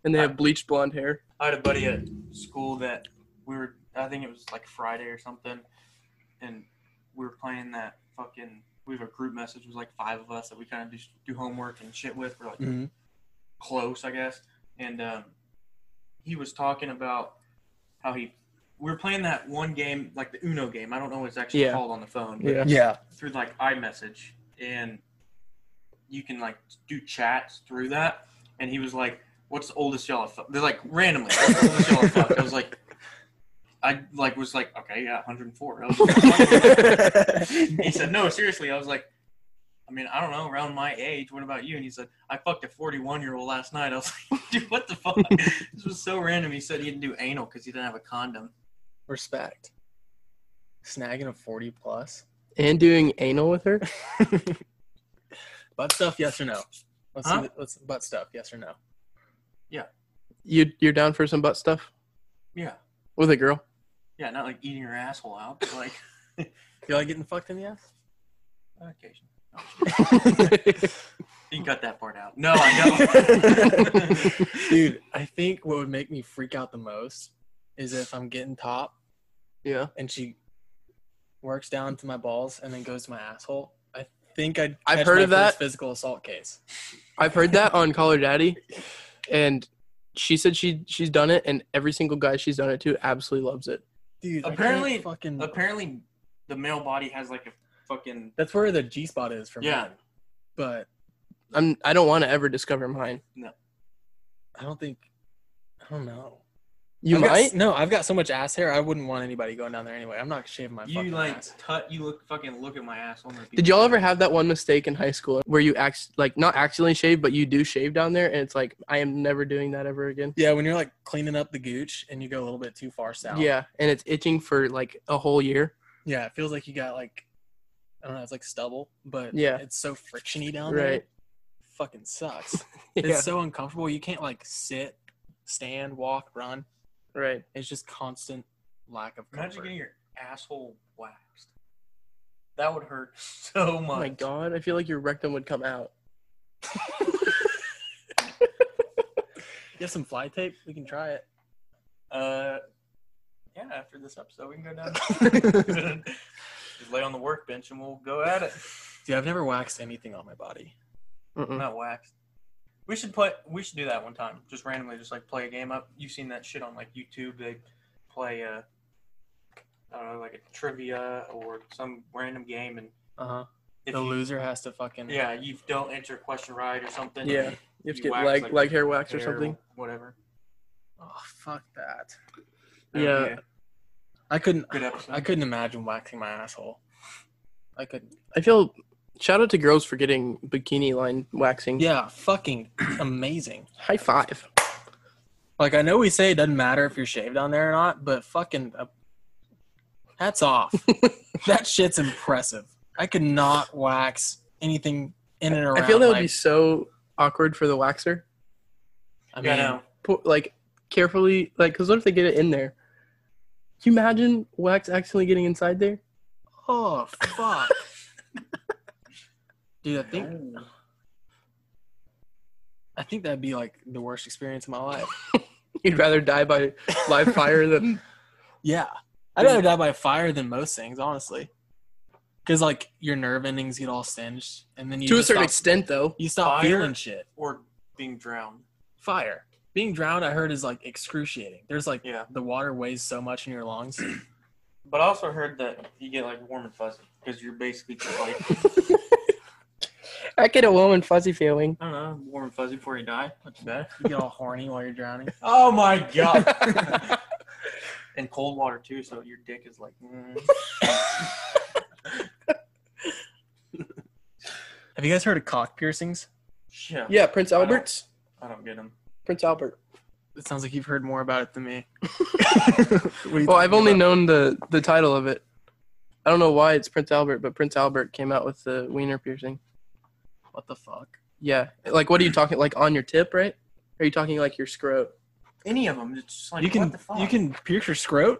And they have bleached blonde hair. I had a buddy at school that we were. I think it was like Friday or something, and we were playing that fucking. We have a group message. It was like five of us that we kind of just do homework and shit with. We're like Mhm. Mm-hmm. close, I guess. And um, he was talking about how he. We were playing that one game, like the Uno game. I don't know what it's actually Yeah. called on the phone, but Yeah. Yeah. through like iMessage, and you can like do chats through that. And he was like, "What's the oldest y'all have fucked?" They're like randomly. What's the oldest y'all have fucked? I was like, I like was like, okay, yeah, 104. I was like, he said, no, seriously. I was like, I mean, I don't know, around my age. What about you? And he said, I fucked a 41 year old last night. I was like, dude, what the fuck? this was so random. He said he didn't do anal because he didn't have a condom. Respect. Snagging a 40 plus. And doing anal with her? Butt stuff, yes or no? Let's, Huh? see, let's butt stuff, yes or no? You you're down for some butt stuff Yeah, with a girl? yeah, not like eating your asshole out, but like Feel like getting fucked in the ass? on occasion. You can cut that part out. No, I know. Dude, I think what would make me freak out the most is if I'm getting top yeah. and she works down to my balls and then goes to my asshole. I think I'd I've catch heard my of that. first physical assault case. I've heard that on Call Her Daddy, and she said she she's done it, and every single guy she's done it to absolutely loves it. Dude, I can't Apparently- fucking Apparently, the male body has like a fucking that's where the G spot is for Yeah. men. But I'm I don't want to ever discover mine. I don't think I don't know. You I've got might. s- no, I've got so much ass hair. I wouldn't want anybody going down there anyway. I'm not shaving my you fucking like ass. tut. You look fucking look at my ass. on the Did y'all ever have that one mistake in high school where you act like not accidentally shave, but you do shave down there, and it's like I am never doing that ever again. Yeah, when you're like cleaning up the gooch and you go a little bit too far south. Yeah, and it's itching for like a whole year. yeah, it feels like you got like I don't know, it's like stubble, but Yeah. it's so frictiony down there. Right. Fucking sucks. Yeah. It's so uncomfortable. You can't like sit, stand, walk, run. Right. It's just constant lack of comfort. Imagine getting your asshole waxed. That would hurt so much. Oh my god, I feel like your rectum would come out. you have some fly tape? We can try it. Uh, yeah. After this episode, we can go down. Just lay on the workbench and we'll go at it. Dude, I've never waxed anything on my body. Mm-mm. Not waxed. We should play. We should do that one time. Just randomly, just like play a game up. You've seen that shit on like YouTube. They play uh, I don't know, like a trivia or some random game, and Uh huh. Uh-huh. if the you, loser has to fucking yeah, you don't answer a question right or something. Yeah. You have to You get wax, leg like, leg hair wax or hair, something. Whatever. Oh fuck that. That would Yeah. be a I couldn't. Good episode. I couldn't imagine waxing my asshole. I couldn't. I feel shout out to girls for getting bikini line waxing. Yeah, fucking amazing. High five. Like I know we say it doesn't matter if you're shaved on there or not, but fucking uh, hats off. that shit's impressive. I could not wax anything in and around. I feel that would my- be so awkward for the waxer. I yeah, mean, I know. Put, like carefully, like because what if they get it in there? Can you imagine wax accidentally getting inside there? oh fuck, dude. I think I think that'd be like the worst experience of my life. You'd rather die by live fire than Yeah. I'd rather die by fire than most things, honestly. Because, like, your nerve endings get all singed, and then you to a just certain stop, extent though. you stop Fire? feeling shit. Or being drowned. Fire. Being drowned, I heard, is like excruciating. There's like Yeah. the water weighs so much in your lungs. But I also heard that you get like warm and fuzzy because you're basically just like I get a warm and fuzzy feeling. I don't know, warm and fuzzy before you die. That's bad. You get all horny while you're drowning. Oh my god. and cold water too, so your dick is like. Mm. Have you guys heard of cock piercings? Yeah. Yeah, Prince Albert's. I don't get them. Prince Albert. It sounds like you've heard more about it than me. Well, I've only known the the title of it. I don't know why it's Prince Albert, but Prince Albert came out with the wiener piercing. What the fuck? Yeah, like what are you talking? Like on your tip, right? Are you talking like your scrot? any of them. It's just like you what can the fuck, you can pierce your scrot.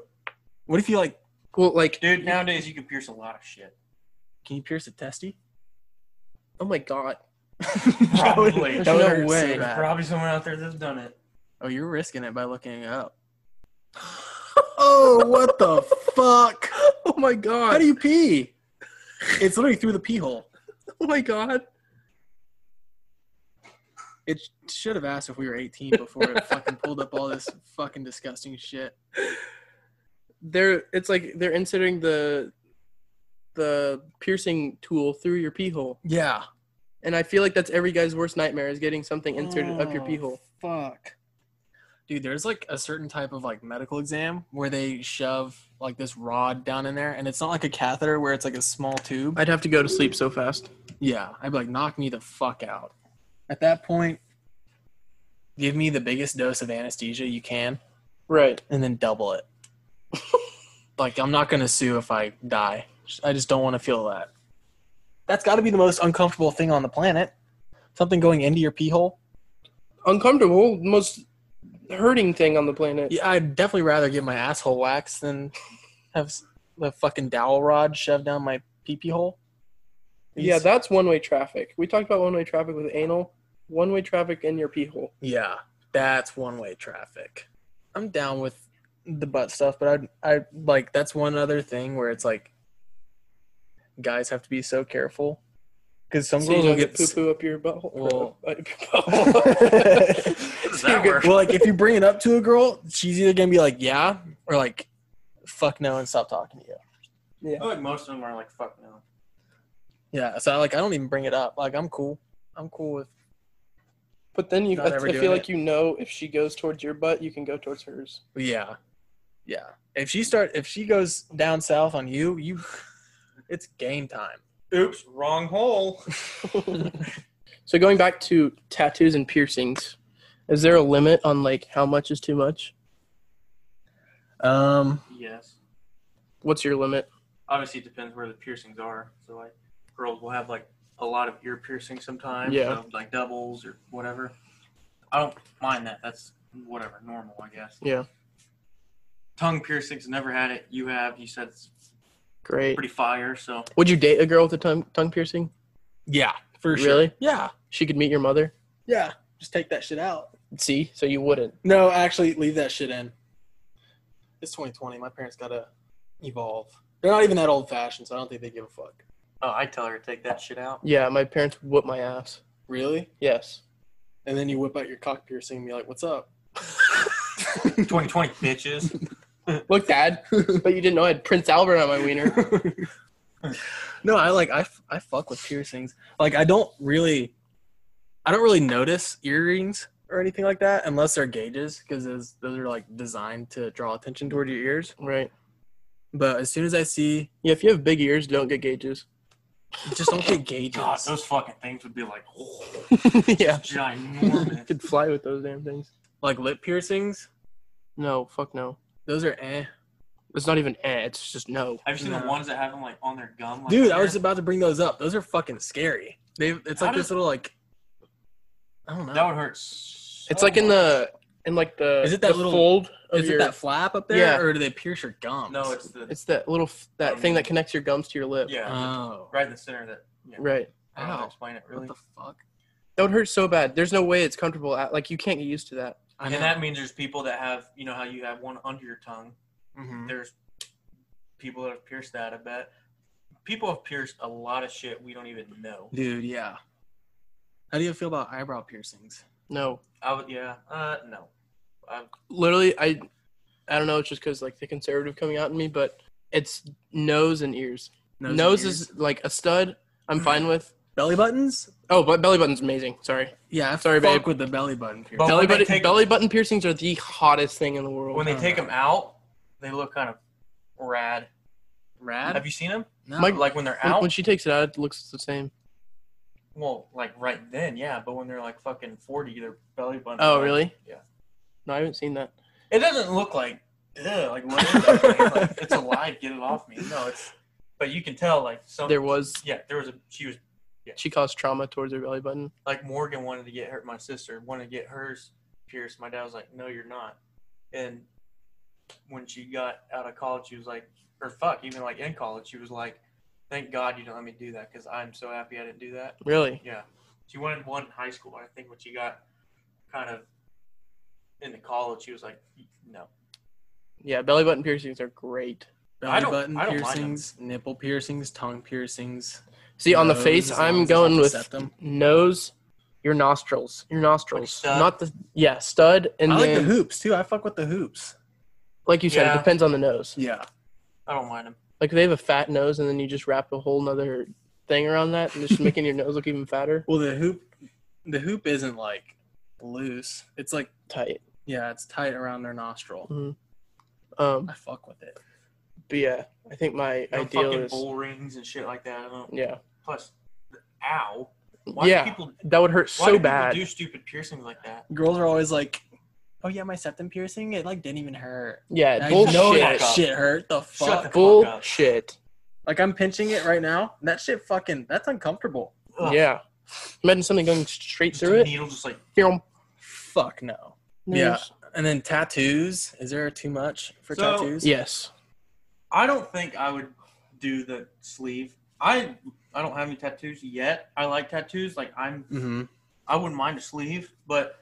What if you like? Well, like, dude. Nowadays, you can pierce a lot of shit. Can you pierce a testy? oh my god, That would- Probably. that There's would no hurt so way. bad. Probably someone out there that's done it. Oh, you're risking it by looking it up. oh, what the fuck? oh my god, How do you pee? It's literally through the pee hole. oh my god. It sh- should have asked if we were 18 before it fucking pulled up all this fucking disgusting shit. They're it's like they're inserting the the piercing tool through your pee hole, Yeah. and I feel like that's every guy's worst nightmare is getting something inserted up your pee hole. Oh, Fuck. Dude, there's like a certain type of like medical exam where they shove like this rod down in there, and it's not like a catheter where it's like a small tube. I'd have to go to sleep so fast. Yeah, I'd be like, knock me the fuck out. At that point, give me the biggest dose of anesthesia you can, Right. and then double it. like, I'm not gonna sue if I die. I just don't want to feel that. That's got to be the most uncomfortable thing on the planet. Something going into your pee hole. Uncomfortable, most hurting thing on the planet. Yeah, I'd definitely rather get my asshole waxed than have s- a fucking dowel rod shoved down my pee pee hole. Yeah, that's one way traffic. We talked about one way traffic with anal, one way traffic in your pee hole. Yeah, that's one way traffic. I'm down with the butt stuff, but I I like that's one other thing where it's like guys have to be so careful because some So you girls will don't get get poo s- poo up your butthole. Well- up your butthole. does So you that get- work? well, like if you bring it up to a girl, she's either gonna be like yeah or like fuck no and stop talking to you. I feel like most of them are like, fuck no. Yeah, so I, like I don't even bring it up. Like I'm cool. I'm cool with But then you, Not I, ever I doing feel it. like you know if she goes towards your butt, you can go towards hers. yeah, yeah. If she start if she goes down south on you, you it's game time. Oops, wrong hole. So going back to tattoos and piercings, is there a limit on like how much is too much? Um. yes. What's your limit? Obviously, it depends where the piercings are. So, like, girls will have like a lot of ear piercings sometimes. Yeah. so, like doubles or whatever. I don't mind that. That's whatever, normal, I guess. Yeah. Tongue piercings, never had it. You have. You said it's Great. pretty fire. So, Would you date a girl with a tongue tongue piercing? Yeah, for Really? Yeah, She could meet your mother. yeah. Just take that shit out. See, so you wouldn't. No, actually, leave that shit in. It's 2020. My parents gotta evolve. They're not even that old fashioned, so I don't think they give a fuck. oh, I tell her to take that shit out. Yeah, my parents would whoop my ass. Really? Yes. And then you whip out your cock piercing and be like, "What's up?" 2020 bitches. Look, Dad, but you didn't know I had Prince Albert on my wiener. No, I like I, f- I fuck with piercings. Like I don't really, I don't really notice earrings or anything like that unless they're gauges because those those are like designed to draw attention toward your ears. Right. But as soon as I see, Yeah, if you have big ears, don't get gauges. just don't get gauges. God, those fucking things would be like, oh, yeah. You ginormous. could fly with those damn things. like lip piercings, No, fuck no. those are eh. It's not even eh, it's just no. Have you seen the No. ones that have them like on their gum? Like, Dude, I here? was about to bring those up. Those are fucking scary. They it's How like this does- little like I don't That know. would hurt. So It's like in much. the in like the Is it that the little- fold of Is your it that flap up there Yeah. or do they pierce your gums? No, it's the it's that little f- that thing that connects your gums to your lip. yeah, Oh. right in the center. That yeah. Right. I don't know how to Ow. explain it What really. the fuck? That would hurt so bad. There's no way it's comfortable at like you can't get used to that. I and that means there's people that have you know how you have one under your tongue. Mm-hmm. Mhm. There's people that have pierced that. I bet people have pierced a lot of shit we don't even know. Dude, yeah. How do you feel about eyebrow piercings? No. I would yeah uh no. I, Literally I I don't know, it's just cuz like the conservative coming out in me, but it's nose and ears. Nose, and ears? is like a stud. I'm fine with. belly buttons? Oh, but belly button's amazing. Sorry. Yeah, I Sorry, fuck babe. with the belly button piercing. But belly when they button take- belly button piercings are the hottest thing in the world. when they Oh, take no. them out, they look kind of rad. Rad? Have you seen them? No. Mike- Like when they're When- out. when she takes it out, it looks the same. Well, like right then, yeah. But when they're like fucking forty, their belly button. Oh, really? Yeah. No, I haven't seen that. It doesn't look like, ugh, like what is that? thing? like, it's alive. Get it off me. No, it's. But you can tell, like some. There was yeah, there was a. She was she caused trauma towards her belly button. like Morgan wanted to get her. My sister wanted to get hers pierced. My dad was like, no, you're not. And when she got out of college, she was like, or fuck, even like in college, she was like, thank God you don't let me do that because I'm so happy I didn't do that. Really? Yeah. She wanted one in high school. I think when she got kind of into college, she was like, no. Yeah, belly button piercings are great. Belly I don't- button I don't mind 'em. piercings, nipple piercings, tongue piercings. See, on the nose, face, as long I'm as it's not going the with septum. nose, your nostrils, your nostrils, stud? not the yeah stud, and I like the then like, hoops too. I fuck with the hoops. you said, Yeah. it depends on the nose. Yeah. I don't mind him. Like if they have a fat nose, and then you just wrap a whole nother thing around that, and just making your nose look even fatter. Well, the hoop, the hoop isn't like loose. It's like Tight. yeah, it's tight around their nostril. Um, I fuck with it. but yeah, I think my No ideal fucking is bull rings and shit like that. I don't. yeah, Plus, ow. Why yeah, do people? that would hurt so Why do people bad. do stupid piercings like that? Girls are always like, oh yeah, my septum piercing. It like didn't even hurt. yeah, I know bullshit, that Fuck up. shit hurt. The Shut fuck. the fuck up. bullshit. Like I'm pinching it right now. That shit fucking. That's uncomfortable. Ugh. Yeah, imagine something going straight Just through a it. needle just like Here, Fuck no. Yeah. And then tattoos. Is there too much for So- tattoos? Yes. I don't think I would do the sleeve. I I don't have any tattoos yet. I like tattoos. Like I'm Mm-hmm. I wouldn't mind a sleeve, but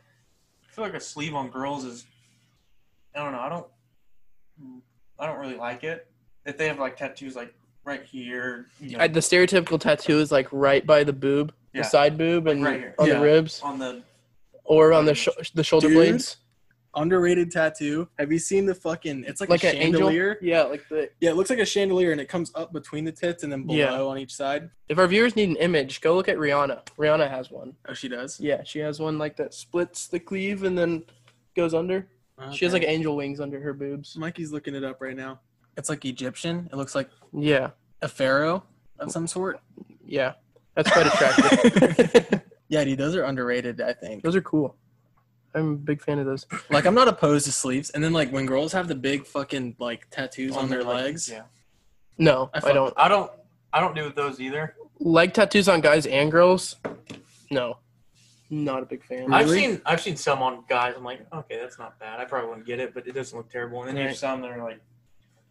I feel like a sleeve on girls is I don't know. I don't I don't really like it. If they have like tattoos like right here, you know, I, the stereotypical tattoo is like right by the boob, Yeah. the side boob, and Right here. on Yeah. the ribs, on the or on the sho the shoulder Dude, blades, Underrated tattoo. Have you seen the fucking? It's like, like a an angel. chandelier. Yeah, like the. Yeah, it looks like a chandelier, and it comes up between the tits and then below Yeah. on each side. If our viewers need an image, go look at Rihanna. Rihanna has one. Oh, she does. Yeah, she has one like that splits the cleave and then goes under. She has like Okay. angel wings under her boobs. Mikey's looking it up right now. It's like Egyptian. It looks like Yeah, a pharaoh of some sort. yeah, that's quite attractive. Yeah, dude, those are underrated. I think. those are cool. I'm a big fan of those. Like, I'm not opposed to sleeves. And then like when girls have the big fucking like tattoos on, their like, legs. Yeah, No, I I, fuck don't I don't I don't do those either. leg tattoos on guys and girls. No, not a big fan. I've Really? seen I've seen some on guys. I'm like, okay, that's not bad. I probably wouldn't get it, but it doesn't look terrible. And then Right. there's some that are like,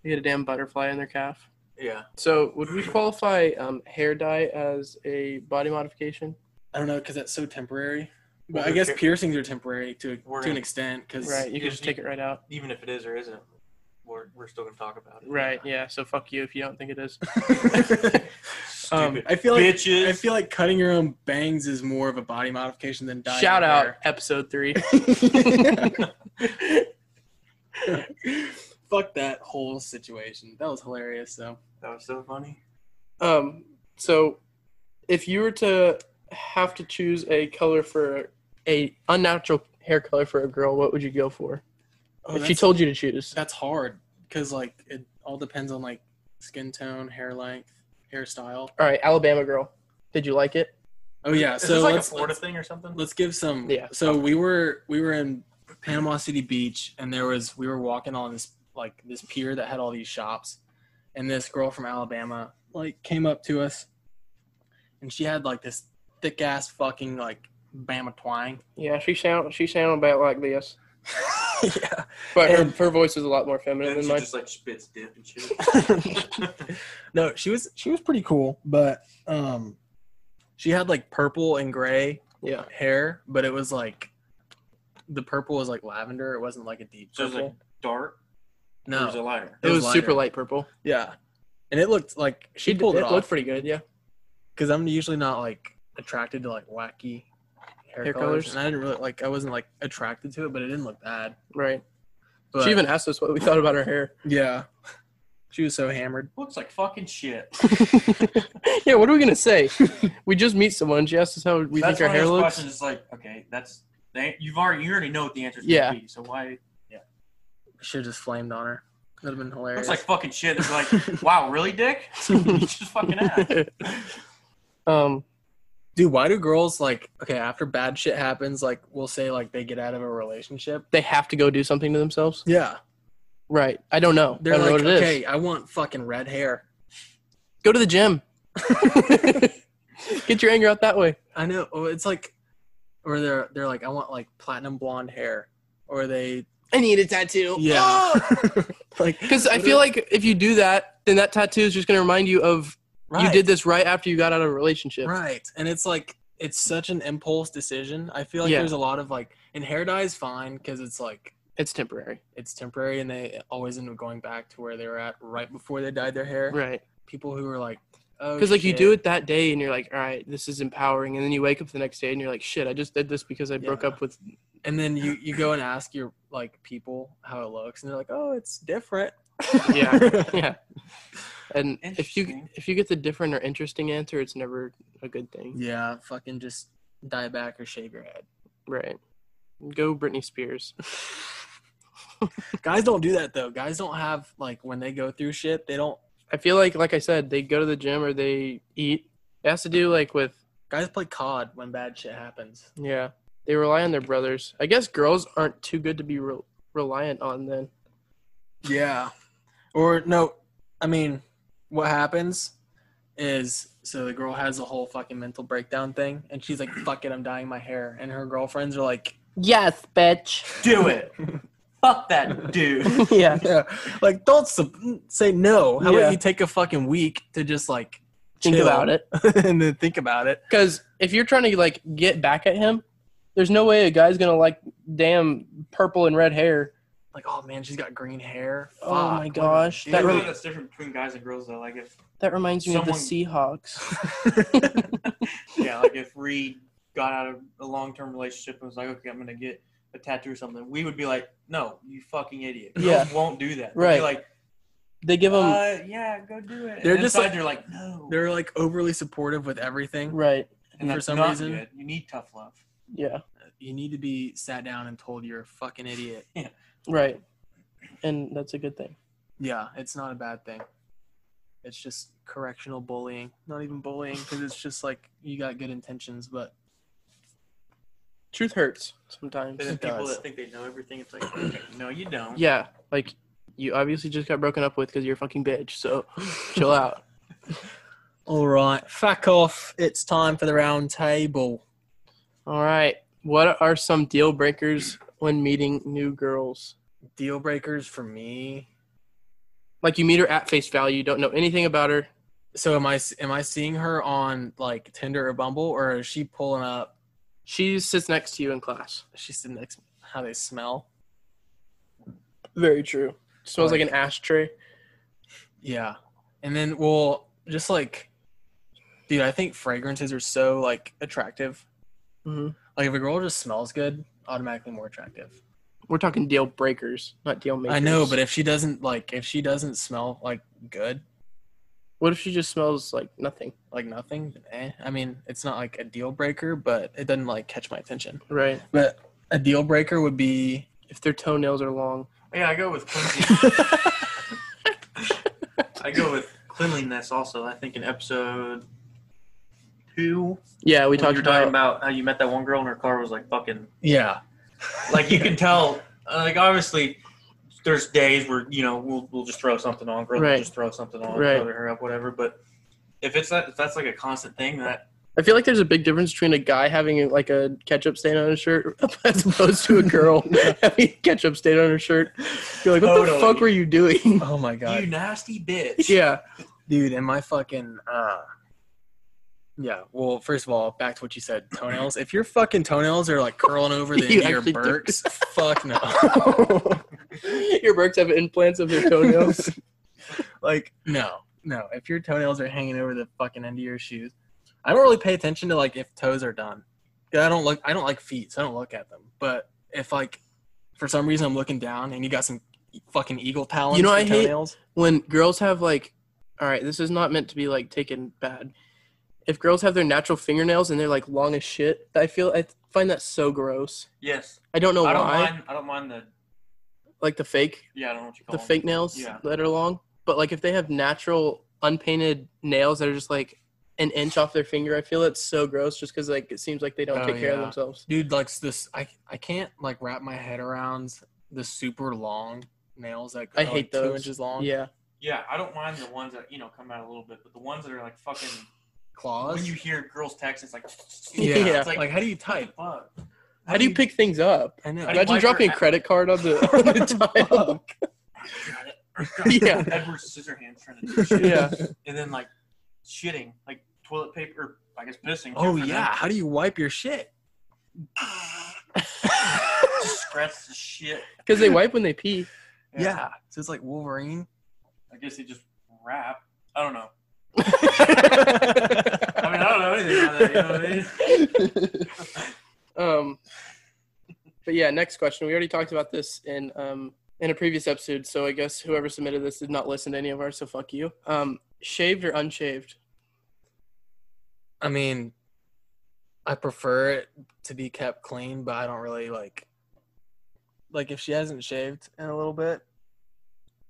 They get a damn butterfly in their calf. yeah, So, would we qualify um, hair dye as a body modification? I don't know because that's so temporary. But Well, I they're guess pier- piercings are temporary to We're to an gonna- extent because Right, you can Yes, just you- take it right out. even if it is or isn't, we're we're still gonna talk about it. Right, yeah. So fuck you if you don't think it is. Stupid Um, I feel like bitches. I feel like cutting your own bangs is more of a body modification than dyeing Shout your out hair. episode three. Fuck that whole situation. That was hilarious though. that was so funny. Um, so, if you were to have to choose a color for a unnatural hair color for a girl, what would you go for? Oh, if she that's- told you to choose, that's hard because like it all depends on like skin tone, hair length, hairstyle. all right, Alabama girl, did you like it? Oh yeah, Is so this like a let's, Florida let's thing or something? let's give some. Yeah. So we were we were in Panama City Beach and there was we were walking on this like this pier that had all these shops, and this girl from Alabama like came up to us, and she had like this thick ass fucking like Bama twang. Yeah, she sound she sounded about like this, yeah. but her, And- her voice is a lot more And feminine then than she mine. just like spits dip and shit. no, she was she was pretty cool, but um, she had like purple and gray Yeah, hair, but it was like the purple was like lavender. It wasn't like a deep So it was purple. like dark. Or was it no, lighter? it, It was was, super lighter. light purple. yeah, and it looked like she It- pulled it, it, looked off pretty good. Yeah, because I'm usually not like attracted to like wacky hair, Hair colors. colors. and I didn't really like. I wasn't like attracted to it, but it didn't look bad. right. But she even asked us what we thought about her hair. yeah, she was so hammered. Looks like fucking shit. yeah, what are we gonna say? we just meet someone. She asked us how we That's think our one of hair those looks. Questions, it's like, okay, that's they, you've already you already know what the answer is. Yeah. Be, so why? Should have just flamed on her. That'd have been hilarious. Looks like fucking shit. It's like, wow, really, Dick? you just fucking ass. um, Dude, why do girls like okay after bad shit happens? Like we'll say like they get out of a relationship. they have to go do something to themselves. Yeah, Right. I don't know. they're I don't like, know what it is. okay, I want fucking red hair. Go to the gym. Get your anger out that way. I know. oh, It's like or they're they're like, I want like platinum blonde hair, or they I need a tattoo. yeah, like Because I feel like if you do that, then that tattoo is just going to remind you of you right, did this right after you got out of a relationship. right, and it's like it's such an impulse decision. I feel like Yeah. there's a lot of like, and hair dye is fine because it's like It's temporary. it's temporary, and they always end up going back to where they were at right before they dyed their hair. Right. People who are like, oh, Because like you do shit. it that day and you're like, all right, this is empowering, and then you wake up the next day and you're like, shit, I just did this because I broke Yeah. up with. and then you you go and ask your like people how it looks, and they're like, oh, it's different. Yeah. yeah. And if you Interesting. if you get the different or interesting answer, it's never a good thing. Yeah, fucking just dye it back or shave your head. Right. Go Britney Spears. Guys don't do that though. Guys don't have like when they go through shit, they don't. I feel like like I said, they go to the gym or they eat. It has to do like with Guys play COD when bad shit happens. Yeah, they rely on their brothers. I guess girls aren't too good to be re- reliant on then. Yeah, or no, I mean, what happens is so the girl has a whole fucking mental breakdown thing, and she's like, "Fuck it, I'm dyeing my hair," and her girlfriends are like, Yes, bitch. Do it. Fuck that dude. yeah. yeah. Like, don't sub- say no. How Yeah. about you take a fucking week to just like Think chill about it. and then think about it. Because if you're trying to like get back at him, there's no way a guy's gonna like damn purple and red hair. Like, oh man, she's got green hair. Oh my Fuck, what a gosh, that I feel dude. like that's different between guys and girls though. Like if That reminds me of the Someone- Seahawks. yeah, like if Reed got out of a long term relationship and was like, okay, I'm gonna get a tattoo or something, we would be like, no, you fucking idiot. Girls Yeah. won't do that. They'd Right. Be like, They give him uh, yeah, go do it. They're and just inside like- they're like, no. They're like overly supportive with everything. right. and for that's some not reason- good. you need tough love. Yeah. You need to be sat down and told you're a fucking idiot. Right. And that's a good thing. Yeah, it's not a bad thing. It's just correctional bullying. Not even bullying because it's just like you got good intentions, but Truth hurts But sometimes. then It people does. that think they know everything, it's like, okay, no, you don't. Yeah. Like you obviously just got broken up with because you're a fucking bitch. So chill out. all right, fuck off. It's time for the round table. All right. What are some deal breakers when meeting new girls? Deal breakers for me. Like you meet her at face value, you don't know anything about her. So am I? Am I seeing her on like Tinder or Bumble, or is she pulling up? She sits next to you in class. She's sitting next. How they smell? Very true. Smells like an ashtray. Yeah. And then well, just like dude, I think fragrances are so like attractive. Mhm. Like if a girl just smells good, automatically more attractive. We're talking deal breakers, not deal makers. I know, but if she doesn't like if she doesn't smell like good, what if she just smells like nothing? like nothing, then eh. I mean, it's not like a deal breaker, but it doesn't like catch my attention. Right. But a deal breaker would be If their toenails are long. Yeah, I go with cleanliness. I go with cleanliness also. I think in episode two, Yeah, we when talked you were about, talking about how you met that one girl and her car was like fucking yeah. like you can tell uh, like obviously there's days where you know we'll, we'll just throw something on girl Right. just throw something on Right. cover her up whatever but if it's that if that's like a constant thing that I feel like there's a big difference between a guy having like a ketchup stain on his shirt as opposed to a girl having ketchup stain on her shirt. You're like, what the Totally. fuck were you doing? Oh my god. you nasty bitch yeah. dude and my fucking uh yeah well first of all back to what you said toenails if your fucking toenails are like curling over the You end of actually your do. burks fuck no your birds have implants of your toenails. like no no if your toenails are hanging over the fucking end of your shoes i don't really pay attention to like if toes are done 'Cause i don't look i don't like feet so i don't look at them but if like for some reason i'm looking down and you got some fucking eagle talons You know, for I hate- toenails when girls have like, all right, this is not meant to be like taken bad. If girls have their natural fingernails and they're like long as shit, I feel I find that so gross. yes I don't know i don't why. mind i don't mind the Like the fake, yeah i don't know what you call the them. fake nails Yeah. that are long. But like if they have natural unpainted nails that are just like an inch off their finger, I feel it's so gross just because like it seems like they don't Oh, take care of yeah. themselves. dude like this i i can't like wrap my head around the super long nails that I are, hate like, two those. inches long Yeah, yeah i don't mind the ones that you know come out a little bit but the ones that are like fucking claws. When you hear girls text, it's like, yeah. Yeah. It's like, like, how do you type? fuck. How do you pick things up? I know. How do you Imagine wipe dropping your a credit card on the, on the tile. Yeah. Edward Scissorhands trying to do shit. Yeah. And then like shitting, like toilet paper, I guess pissing. Oh different yeah. How do you wipe your shit? than- Just scratch the shit. Because they wipe when they pee. Yeah. So it's like Wolverine. I guess they just rap. I don't know. I mean, I I don't know anything about that. You know what I mean? um, but yeah, next question. We already talked about this in um, in a previous episode, so I guess whoever submitted this did not listen to any of ours. So fuck you. Um, shaved or unshaved? I mean, I prefer it to be kept clean, but I don't really like. Like if she hasn't shaved in a little bit,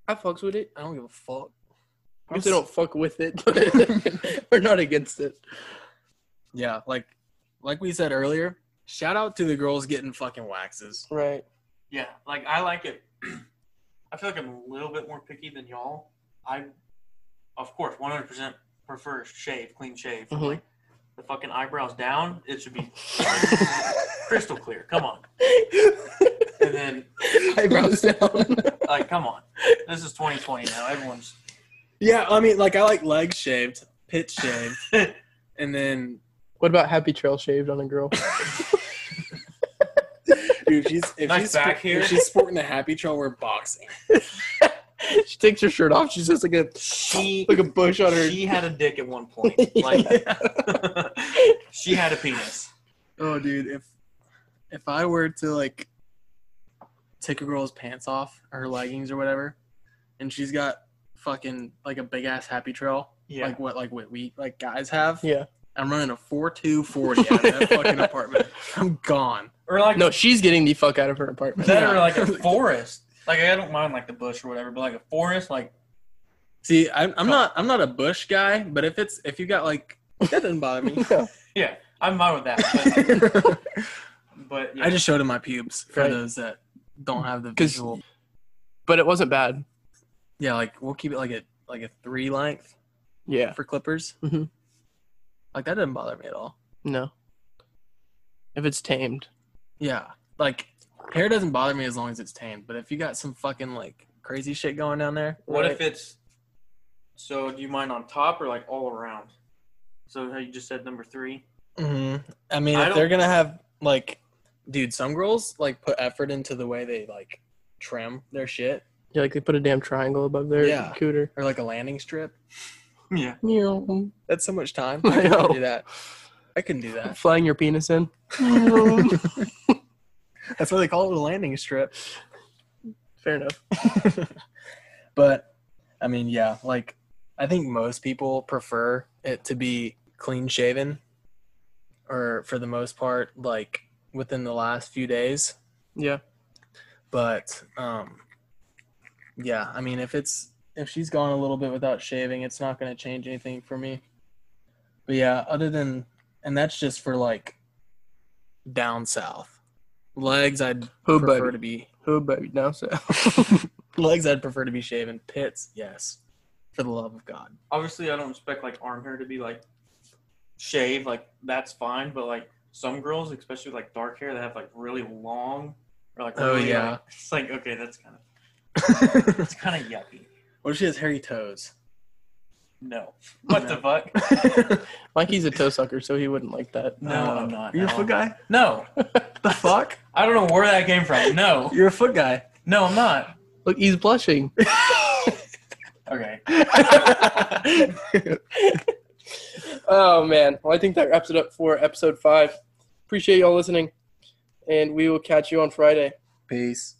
I fucks with it. I don't give a fuck. I guess I don't fuck with it, but we're not against it. Yeah, like like we said earlier, shout out to the girls getting fucking waxes. Right. Yeah, like I like it. I feel like I'm a little bit more picky than y'all. I, of course, 100% prefer shave, clean shave. Mm-hmm. Mhm. Like the fucking eyebrows down, it should be crystal clear. Come on. And then, Eyebrows down. like, come on. This is 2020 now. Everyone's Yeah, I mean like I like legs shaved, pit shaved, and then what about happy trail shaved on a girl? dude, if she's if Nice she's back if here. she's sporting a happy trail, we're boxing. she takes her shirt off. She's just like a she. like a bush on her. She had a dick at one point. Like she had a penis. Oh, dude, if if I were to like take a girl's pants off, her leggings or whatever, and she's got fucking like a big ass happy trail, Yeah. like what like what we like guys have. Yeah. I'm running a four two forty out of that fucking apartment. I'm gone. or like No, she's getting the fuck out of her apartment. that, Yeah. or like a forest. Like I don't mind like the bush or whatever, but like a forest, like See, I'm, I'm not I'm not a bush guy, but if it's if you got like that doesn't bother me. yeah, I'm fine with that. But, but yeah. I just showed him my pubes for Right. those that don't have the 'Cause- visual. but it wasn't bad. Yeah, like we'll keep it like a like a three length. Yeah. for clippers. Mhm. Like that doesn't bother me at all. No. If it's tamed. Yeah, like hair doesn't bother me as long as it's tamed. But if you got some fucking like crazy shit going down there, what if Right. it's so? Do you mind on top or like all around? So how you just said number three? Mhm. I mean, I if they're gonna have like, dude, some girls like put effort into the way they like trim their shit Yeah, like they put a damn triangle above their Yeah. cooter. or like a landing strip. Yeah. That's so much time. I I know. couldn't do that. I couldn't do that. Flying your penis in. That's why they call it a landing strip. Fair enough. but I mean, yeah, like I think most people prefer it to be clean shaven or for the most part, like within the last few days. Yeah. But um yeah, I mean if it's if she's gone a little bit without shaving, it's not gonna change anything for me. But yeah, other than and that's just for like down south. Legs I'd Who prefer baby? to be Who baby? Now so. Legs, I'd prefer to be shaven. Pits, yes. For the love of God. Obviously, I don't expect like arm hair to be like shave. Like that's fine, but like some girls, especially with, like dark hair, that have like really long or like Oh, really, yeah. like- it's like okay, that's kind of it's kind of yucky. what if she has hairy toes? No, what the fuck? Mikey's a toe sucker, so he wouldn't like that. No, Uh, I'm not. You're a no. foot guy? No, The fuck? I don't know where that came from. No, You're a foot guy. no, I'm not. Look, he's blushing. Okay. oh man. Well, I think that wraps it up for episode five. Appreciate y'all listening, and we will catch you on Friday. Peace.